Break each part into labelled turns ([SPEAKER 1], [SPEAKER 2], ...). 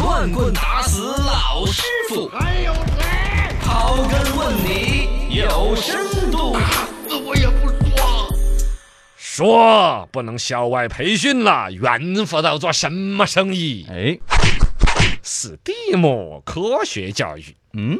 [SPEAKER 1] 乱棍打死老师傅，
[SPEAKER 2] 还有谁？
[SPEAKER 1] 刨根问底有深度。
[SPEAKER 2] 死我也不说。
[SPEAKER 3] 说不能校外培训了，猿辅导做什么生意？
[SPEAKER 4] 哎，
[SPEAKER 3] 史蒂姆科学教育。哎
[SPEAKER 4] 嗯，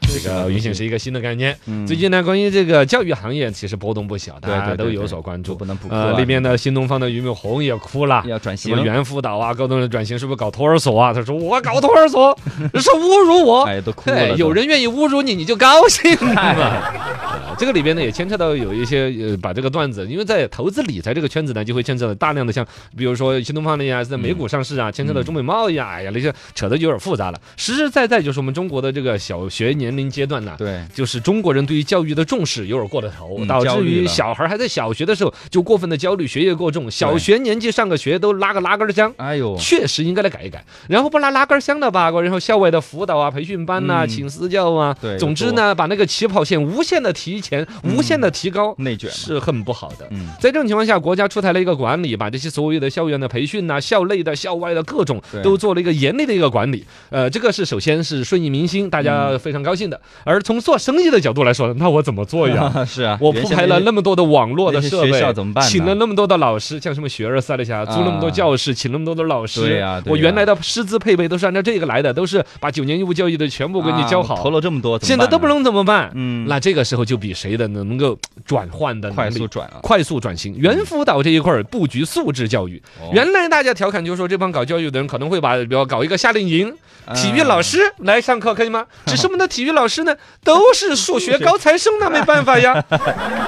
[SPEAKER 3] 这个原先是一个新的概念。最近呢，关于这个教育行业其实波动不小，大
[SPEAKER 4] 对
[SPEAKER 3] 家
[SPEAKER 4] 对
[SPEAKER 3] 都
[SPEAKER 4] 对
[SPEAKER 3] 有
[SPEAKER 4] 对
[SPEAKER 3] 所关
[SPEAKER 4] 就
[SPEAKER 3] 注
[SPEAKER 4] 不。能不哭
[SPEAKER 3] 呃
[SPEAKER 4] 啊，
[SPEAKER 3] 那边的新东方的俞敏洪也哭了，
[SPEAKER 4] 要转
[SPEAKER 3] 什
[SPEAKER 4] 型
[SPEAKER 3] 么，猿辅导啊，高中的转型是不是搞托儿所啊？他说我搞托儿 所是侮辱我，
[SPEAKER 4] 哎，都哭
[SPEAKER 3] 对，
[SPEAKER 4] 了，
[SPEAKER 3] 哦有
[SPEAKER 4] 都
[SPEAKER 3] 人愿意侮辱你，你就高兴嘛。 呃这个里边呢，也牵扯到有一些呃，把这个段子，因为在投资理财这个圈子呢，就会牵扯到大量的像，比如说新东方的呀，在美股上市啊，牵扯到中美贸易啊，哎呀，那些扯得有点复杂了。实实在在就是我们中国的这个小学年龄阶段呐，
[SPEAKER 4] 对，
[SPEAKER 3] 就是中国人对于教育的重视有点过了头，
[SPEAKER 4] 嗯
[SPEAKER 3] 导
[SPEAKER 4] 焦
[SPEAKER 3] 致
[SPEAKER 4] 虑
[SPEAKER 3] 于
[SPEAKER 4] 了
[SPEAKER 3] 小孩还在小学的时候就过分的焦虑，学业过重，小学年纪上个学都拉个拉杆儿箱。
[SPEAKER 4] 哎呦，
[SPEAKER 3] 确实应该来改一改，然后不拉拉杆箱的吧，然后校外的辅导啊、培训班呐、
[SPEAKER 4] 嗯
[SPEAKER 3] 请私教啊，
[SPEAKER 4] 对
[SPEAKER 3] 总之呢，把那个起跑线无限的提前、无限的提高，
[SPEAKER 4] 嗯内卷嘛
[SPEAKER 3] 是很不好的。
[SPEAKER 4] 嗯，
[SPEAKER 3] 在这种情况下，国家出台了一个管理，把这些所有的校园的培训呐、校内的、校外的各种
[SPEAKER 4] 对
[SPEAKER 3] 都做了一个严厉的一个管理。呃，这个是首先是顺应民心，大
[SPEAKER 4] 嗯
[SPEAKER 3] 家非常高兴的。而从做生意的角度来说，那我怎么做 呀？
[SPEAKER 4] 是啊，
[SPEAKER 3] 我
[SPEAKER 4] 原
[SPEAKER 3] 铺
[SPEAKER 4] 先
[SPEAKER 3] 排
[SPEAKER 4] 那
[SPEAKER 3] 了
[SPEAKER 4] 些
[SPEAKER 3] 那么多的网络的
[SPEAKER 4] 那些
[SPEAKER 3] 设
[SPEAKER 4] 学
[SPEAKER 3] 备，
[SPEAKER 4] 校怎么办呢
[SPEAKER 3] 请了那么多的老师，像什么学而思了一下，租那么多教室，请那么多的老师。
[SPEAKER 4] 对呀对
[SPEAKER 3] 我
[SPEAKER 4] 呀
[SPEAKER 3] 原来的师资配备都是按照这个来的，都是把九年义务教育的全部给你
[SPEAKER 4] 啊
[SPEAKER 3] 教
[SPEAKER 4] 我
[SPEAKER 3] 好。
[SPEAKER 4] 投了这么多，怎么
[SPEAKER 3] 现在
[SPEAKER 4] 办
[SPEAKER 3] 都不
[SPEAKER 4] 呢
[SPEAKER 3] 能怎么办？
[SPEAKER 4] 嗯
[SPEAKER 3] 那这个时候就比谁的能够转换的能
[SPEAKER 4] 快
[SPEAKER 3] 力
[SPEAKER 4] 速转啊，
[SPEAKER 3] 快速转型，猿辅导这一块儿布局素质教育。
[SPEAKER 4] 哦
[SPEAKER 3] 原来大家调侃就说，这帮搞教育的人可能会把，比如搞一个夏令营，
[SPEAKER 4] 嗯
[SPEAKER 3] 体育老师来上课，可以 吗？只是我们的体育老师呢，都是数学高材生，那没办法 呀，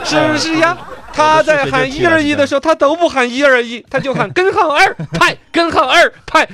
[SPEAKER 3] 是不是呀？他在喊一二一的时候，他都不喊一二一，他就喊根号二派，根号二派，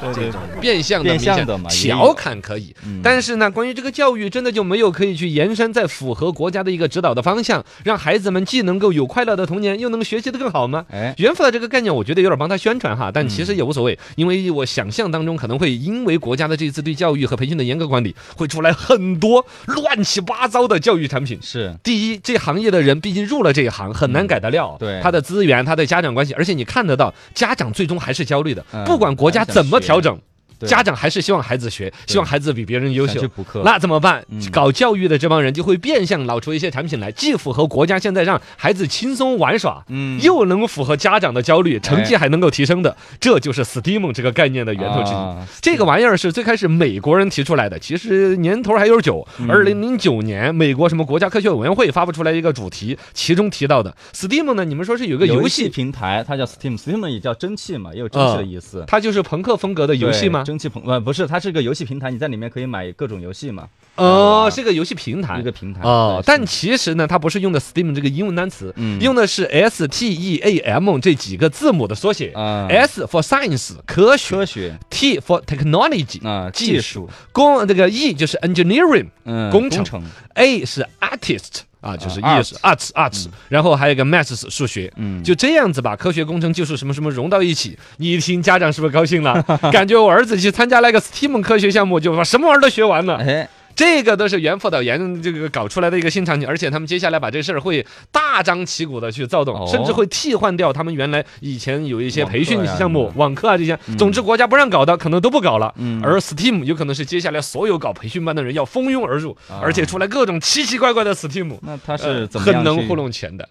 [SPEAKER 4] 对对对
[SPEAKER 3] 变相的
[SPEAKER 4] 变相
[SPEAKER 3] 明显
[SPEAKER 4] 的嘛也有嗯
[SPEAKER 3] 调侃可以，但是呢，关于这个教育，真的就没有可以去延伸，再符合国家的一个指导的方向，让孩子们既能够有快乐的童年，又能学习的更好吗？
[SPEAKER 4] 哎，
[SPEAKER 3] 猿辅导这个概念，我觉得有点帮他宣传哈，但
[SPEAKER 4] 嗯
[SPEAKER 3] 其实也无所谓，因为我想象当中可能会因为国家的这一次对教育和培训的严格管理，会出来很多乱七八糟的教育产品。
[SPEAKER 4] 是
[SPEAKER 3] 第一，这行业的人毕竟入了这一行，很难改得了。
[SPEAKER 4] 嗯对
[SPEAKER 3] 他的资源，他的家长关系，而且你看得到，家长最终还是焦虑的。
[SPEAKER 4] 嗯
[SPEAKER 3] 不管国家怎么调整，
[SPEAKER 4] 对
[SPEAKER 3] 家长还是希望孩子学，希望孩子比别人优
[SPEAKER 4] 想去
[SPEAKER 3] 秀。
[SPEAKER 4] 补课，
[SPEAKER 3] 那怎么办
[SPEAKER 4] 嗯？
[SPEAKER 3] 搞教育的这帮人就会变相老出一些产品来，既符合国家现在让孩子轻松玩耍，
[SPEAKER 4] 嗯哎
[SPEAKER 3] 又能符合家长的焦虑，成绩还能够提升的，这就是 STEAM 这个概念的源头之一。
[SPEAKER 4] 啊
[SPEAKER 3] 这个玩意儿是最开始美国人提出来的，其实年头还有点久。
[SPEAKER 4] 嗯
[SPEAKER 3] 二零零九年，美国什么国家科学委员会发布出来一个主题，其中提到的 STEAM 呢，你们说是有一个游
[SPEAKER 4] 游
[SPEAKER 3] 戏，
[SPEAKER 4] 平台，它叫 Steam，Steam 也叫蒸汽嘛，也有蒸汽的意思。
[SPEAKER 3] 它就是朋克风格嗯的游戏
[SPEAKER 4] 对
[SPEAKER 3] 吗？
[SPEAKER 4] 蒸汽朋呃不是，它是个游戏平台，你在里面可以买各种游戏嘛，
[SPEAKER 3] 哦，是个游戏平台
[SPEAKER 4] 啊一个。平台。
[SPEAKER 3] 哦
[SPEAKER 4] 对，
[SPEAKER 3] 但
[SPEAKER 4] 是
[SPEAKER 3] 其实呢，它不是用的 Steam 这个英文单词，
[SPEAKER 4] 嗯
[SPEAKER 3] 用的是 S T E A M 这几个字母的缩写。
[SPEAKER 4] 啊
[SPEAKER 3] S for science 科学
[SPEAKER 4] 科学
[SPEAKER 3] t for technology
[SPEAKER 4] 啊
[SPEAKER 3] 技
[SPEAKER 4] 技
[SPEAKER 3] 术
[SPEAKER 4] 术，
[SPEAKER 3] 工这个 E 就是 engineering，
[SPEAKER 4] 嗯
[SPEAKER 3] 工程
[SPEAKER 4] 程
[SPEAKER 3] A 是 artist 啊，就是
[SPEAKER 4] 啊
[SPEAKER 3] E 是 arts 嗯 arts，然后还有一个 maths 是数学，就这样子把科学、工程、技术什么什么融到一起。你一听家长是不是高兴 了？感觉我儿子去参加那个 STEAM 科学项目，就把什么玩意儿都学完了。
[SPEAKER 4] 哎
[SPEAKER 3] 这个都是原辅导员这个搞出来的一个新场景，而且他们接下来把这事儿会大张旗鼓的去躁动，
[SPEAKER 4] 哦
[SPEAKER 3] 甚至会替换掉他们原来以前有一些
[SPEAKER 4] 网课
[SPEAKER 3] 培训
[SPEAKER 4] 呀
[SPEAKER 3] 项目
[SPEAKER 4] 什么、
[SPEAKER 3] 网课啊这些。总之，国家不让搞的，可能都不搞了。
[SPEAKER 4] 嗯
[SPEAKER 3] 而 STEAM 有可能是接下来所有搞培训班的人要蜂拥而入，而且出来各种奇奇怪怪的 STEAM，
[SPEAKER 4] 那它
[SPEAKER 3] 呃
[SPEAKER 4] 啊是怎么样
[SPEAKER 3] 很能
[SPEAKER 4] 去
[SPEAKER 3] 糊弄钱的。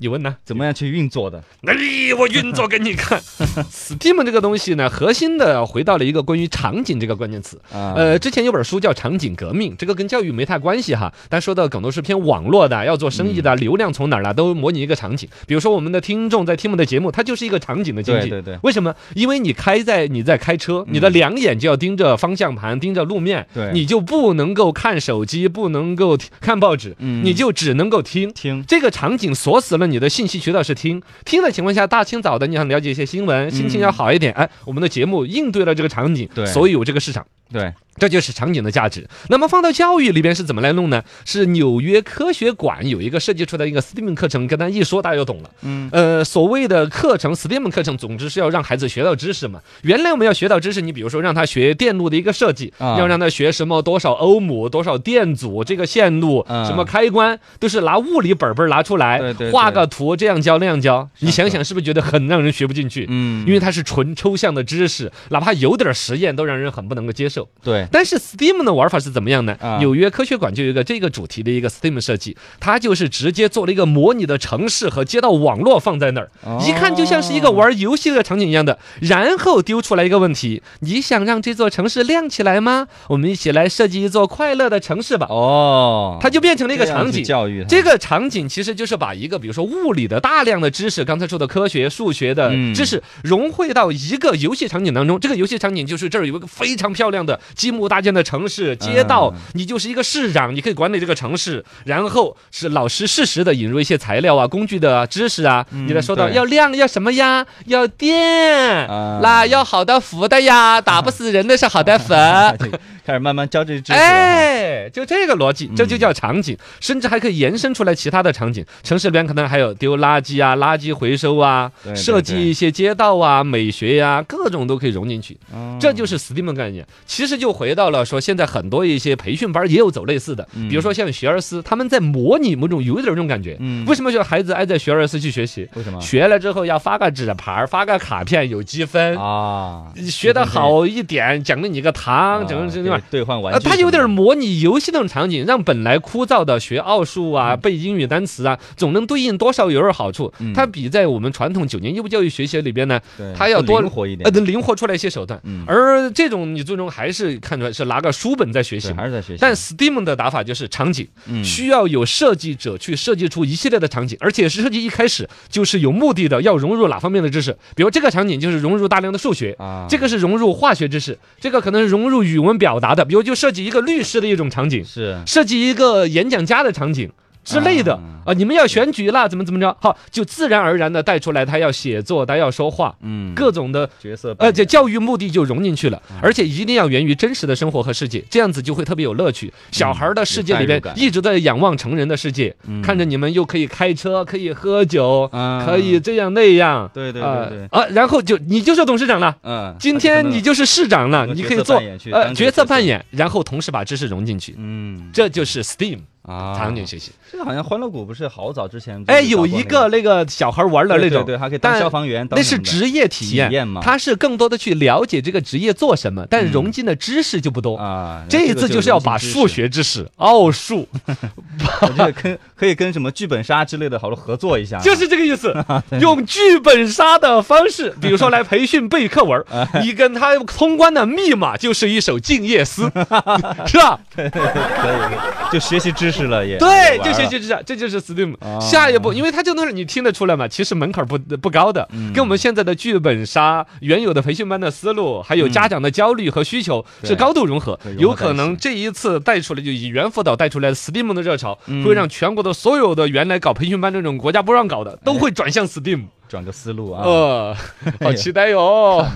[SPEAKER 3] 你问呢？
[SPEAKER 4] 怎么样去运作的？
[SPEAKER 3] 哎，我运作给你 看。Steam 这个东西呢，核心的回到了一个关于场景这个关键词。
[SPEAKER 4] 啊
[SPEAKER 3] 呃，之前有本书叫《场景革命》，这个跟教育没太关系哈，但说的梗都是偏网络的，要做生意的，流量从哪儿来都模拟一个场景。比如说我们的听众在听我们的节目，它就是一个场景的经济。
[SPEAKER 4] 对对对
[SPEAKER 3] 为什么？因为你开在你在开车，你的两眼就要盯着方向盘，盯着路面，
[SPEAKER 4] 对
[SPEAKER 3] 你就不能够看手机，不能够听看报纸，
[SPEAKER 4] 嗯
[SPEAKER 3] 你就只能够听。
[SPEAKER 4] 听
[SPEAKER 3] 这个场景锁死了你的信息渠道是听，听的情况下，大清早的你想了解一些新闻，心情要好一点，哎，我们的节目应对了这个场景，
[SPEAKER 4] 嗯对
[SPEAKER 3] 所以有这个市场。
[SPEAKER 4] 对
[SPEAKER 3] 这就是场景的价值。那么放到教育里边是怎么来弄呢？是纽约科学馆有一个设计出来一个 STEAM 课程，跟大家一说大家就懂了。
[SPEAKER 4] 嗯，
[SPEAKER 3] 呃，所谓的课程 STEAM 课程，总之是要让孩子学到知识嘛。原来我们要学到知识，你比如说让他学电路的一个设计，
[SPEAKER 4] 啊
[SPEAKER 3] 要让他学什么多少欧姆、多少电阻、这个线路、
[SPEAKER 4] 嗯
[SPEAKER 3] 什么开关，都是拿物理本本儿拿出来，
[SPEAKER 4] 对对
[SPEAKER 3] 画
[SPEAKER 4] 对
[SPEAKER 3] 个图，这样教那样教。你
[SPEAKER 4] 是啊
[SPEAKER 3] 想想是不是觉得很让人学不进去？
[SPEAKER 4] 嗯
[SPEAKER 3] 因为它是纯抽象的知识，哪怕有点实验都让人很不能够接受。
[SPEAKER 4] 对，
[SPEAKER 3] 但是 STEAM 的玩法是怎么样呢
[SPEAKER 4] 啊？
[SPEAKER 3] 纽约科学馆就有一个这个主题的一个 STEAM 设计，它就是直接做了一个模拟的城市和街道网络放在那儿，
[SPEAKER 4] 哦
[SPEAKER 3] 一看就像是一个玩游戏的场景一样的。然后丢出来一个问题：你想让这座城市亮起来吗？我们一起来设计一座快乐的城市吧。
[SPEAKER 4] 哦，
[SPEAKER 3] 它就变成了一个
[SPEAKER 4] 这样
[SPEAKER 3] 场
[SPEAKER 4] 去
[SPEAKER 3] 景，
[SPEAKER 4] 教育他
[SPEAKER 3] 这个场景其实就是把一个，比如说物理的大量的知识，刚才说的科学、数学的
[SPEAKER 4] 嗯
[SPEAKER 3] 知识，融汇到一个游戏场景当中。这个游戏场景就是这儿有一个非常漂亮的积木搭建的城市街道，
[SPEAKER 4] 嗯
[SPEAKER 3] 你就是一个市长，你可以管理这个城市。然后是老师适时的引入一些材料啊、工具的啊知识啊，你来说到
[SPEAKER 4] 嗯对
[SPEAKER 3] 要亮要什么呀，要电
[SPEAKER 4] 啊，
[SPEAKER 3] 那要好的福的呀，打不死人的是好的 福。
[SPEAKER 4] 开始慢慢教这知识了哈。嗯
[SPEAKER 3] 哎，就这个逻辑，这就叫场景，甚至还可以延伸出来其他的场景。城市里边可能还有丢垃圾啊、垃圾回收啊
[SPEAKER 4] 对，对
[SPEAKER 3] 设计一些街道啊、美学呀、各种都可以融进去。
[SPEAKER 4] 哦
[SPEAKER 3] 这就是 STEAM 概念。其实就回到了说，现在很多一些培训班也有走类似的，比如说像学而思，他们在模拟某种有点这种感觉。
[SPEAKER 4] 嗯
[SPEAKER 3] 为什么说孩子爱在学而思去学习？
[SPEAKER 4] 为什么
[SPEAKER 3] 学了之后要发个纸牌儿，发个卡片，有积分。
[SPEAKER 4] 啊？
[SPEAKER 3] 学得好一点，奖励你个糖，奖
[SPEAKER 4] 整
[SPEAKER 3] 励
[SPEAKER 4] 这
[SPEAKER 3] 你啊个
[SPEAKER 4] 个兑换玩
[SPEAKER 3] 呃，
[SPEAKER 4] 具什么
[SPEAKER 3] 它
[SPEAKER 4] 的，
[SPEAKER 3] 有点模拟游戏那种场景，让本来枯燥的学奥数啊、背英语单词啊，总能对应多少有点好处。
[SPEAKER 4] 嗯
[SPEAKER 3] 它比在我们传统九年义务教育学习里边呢，
[SPEAKER 4] 对
[SPEAKER 3] 它要
[SPEAKER 4] 更
[SPEAKER 3] 多
[SPEAKER 4] 灵活一点
[SPEAKER 3] 呃，，能灵活出来一些手段。
[SPEAKER 4] 嗯
[SPEAKER 3] 而这种你最终还是看出来是拿个书本在学习
[SPEAKER 4] 对，
[SPEAKER 3] 嘛。
[SPEAKER 4] 还是在学习，
[SPEAKER 3] 但 STEAM 的打法就是场景，
[SPEAKER 4] 嗯
[SPEAKER 3] 需要有设计者去设计出一系列的场景，而且是设计一开始就是有目的的，要融入哪方面的知识。比如这个场景就是融入大量的数学，
[SPEAKER 4] 啊，
[SPEAKER 3] 这个是融入化学知识，这个可能是融入语文表达的，比如就设计一个律师的一种场景，
[SPEAKER 4] 是
[SPEAKER 3] 设计一个演讲家的场景。之类的
[SPEAKER 4] 啊
[SPEAKER 3] 啊，你们要选举啦，怎么怎么着？好，就自然而然的带出来，他要写作，他要说话，
[SPEAKER 4] 嗯
[SPEAKER 3] 各种的，
[SPEAKER 4] 角色扮
[SPEAKER 3] 呃，
[SPEAKER 4] 演
[SPEAKER 3] 这教育目的就融进去了，
[SPEAKER 4] 啊
[SPEAKER 3] 而且一定要源于真实的生活和世界，这样子就会特别有乐趣。小孩儿的世界里边
[SPEAKER 4] 嗯有代入感嗯
[SPEAKER 3] 一直在仰望成人的世界，看着你们又可以开车，可以喝酒，
[SPEAKER 4] 啊
[SPEAKER 3] 可以这样那样，
[SPEAKER 4] 对对
[SPEAKER 3] 啊
[SPEAKER 4] 对对
[SPEAKER 3] 啊，然后就你就是董事长了。
[SPEAKER 4] 嗯，
[SPEAKER 3] 呃 今
[SPEAKER 4] 还
[SPEAKER 3] 天
[SPEAKER 4] 真的
[SPEAKER 3] 你就是市长 了，
[SPEAKER 4] 做
[SPEAKER 3] 你
[SPEAKER 4] 角
[SPEAKER 3] 可以
[SPEAKER 4] 色
[SPEAKER 3] 做
[SPEAKER 4] 扮演去
[SPEAKER 3] 呃
[SPEAKER 4] 当这
[SPEAKER 3] 角
[SPEAKER 4] 个
[SPEAKER 3] 色
[SPEAKER 4] 角
[SPEAKER 3] 扮
[SPEAKER 4] 色
[SPEAKER 3] 演，然后同时把知识融进去，
[SPEAKER 4] 嗯
[SPEAKER 3] 这就是 STEAM
[SPEAKER 4] 啊，
[SPEAKER 3] 场景学习。
[SPEAKER 4] 这个好像欢乐谷不是好早之前就
[SPEAKER 3] 哎，
[SPEAKER 4] 搞
[SPEAKER 3] 有
[SPEAKER 4] 过
[SPEAKER 3] 一
[SPEAKER 4] 那
[SPEAKER 3] 个那个小孩玩的
[SPEAKER 4] 对
[SPEAKER 3] 那
[SPEAKER 4] 对
[SPEAKER 3] 种，
[SPEAKER 4] 对，还可以当
[SPEAKER 3] 但
[SPEAKER 4] 消防员，当
[SPEAKER 3] 那
[SPEAKER 4] 什
[SPEAKER 3] 是
[SPEAKER 4] 么的
[SPEAKER 3] 职业体
[SPEAKER 4] 体
[SPEAKER 3] 验，
[SPEAKER 4] 验嘛
[SPEAKER 3] 他是更多的去了解这个职业做什么，但
[SPEAKER 4] 嗯
[SPEAKER 3] 融进的知识就不多。
[SPEAKER 4] 啊，
[SPEAKER 3] 这一
[SPEAKER 4] 个
[SPEAKER 3] 次就是要把数
[SPEAKER 4] 融进知识，
[SPEAKER 3] 学知识、奥数，
[SPEAKER 4] 我觉得跟可以跟什么剧本杀之类的好多合作一下，
[SPEAKER 3] 就是这个意 思，
[SPEAKER 4] 啊
[SPEAKER 3] 用剧本杀的方式，比如说来培训背课文儿，
[SPEAKER 4] 啊
[SPEAKER 3] 你跟他通关的密码就是一首《静夜 思》，是吧？
[SPEAKER 4] 可以就学习知识了也，
[SPEAKER 3] 对，
[SPEAKER 4] 也玩
[SPEAKER 3] 就
[SPEAKER 4] 了
[SPEAKER 3] 学习知识，这就是 STEAM
[SPEAKER 4] 啊。
[SPEAKER 3] 下一步，因为它这东西你听得出来嘛，其实门槛不不高的，
[SPEAKER 4] 嗯
[SPEAKER 3] 跟我们现在的剧本杀、原有的培训班的思路，还有家长的焦虑和需求
[SPEAKER 4] 嗯对
[SPEAKER 3] 是高度融合
[SPEAKER 4] 对。
[SPEAKER 3] 有
[SPEAKER 4] 融合在
[SPEAKER 3] 可
[SPEAKER 4] 一
[SPEAKER 3] 能
[SPEAKER 4] 起
[SPEAKER 3] 这一次带出来就以猿辅导带出来的 STEAM 的热潮，
[SPEAKER 4] 嗯
[SPEAKER 3] 会让全国的所有的原来搞培训班这种国
[SPEAKER 4] 哎
[SPEAKER 3] 家不让搞的，都会转向 STEAM。
[SPEAKER 4] 转个思路啊，
[SPEAKER 3] 呃，好期待哟！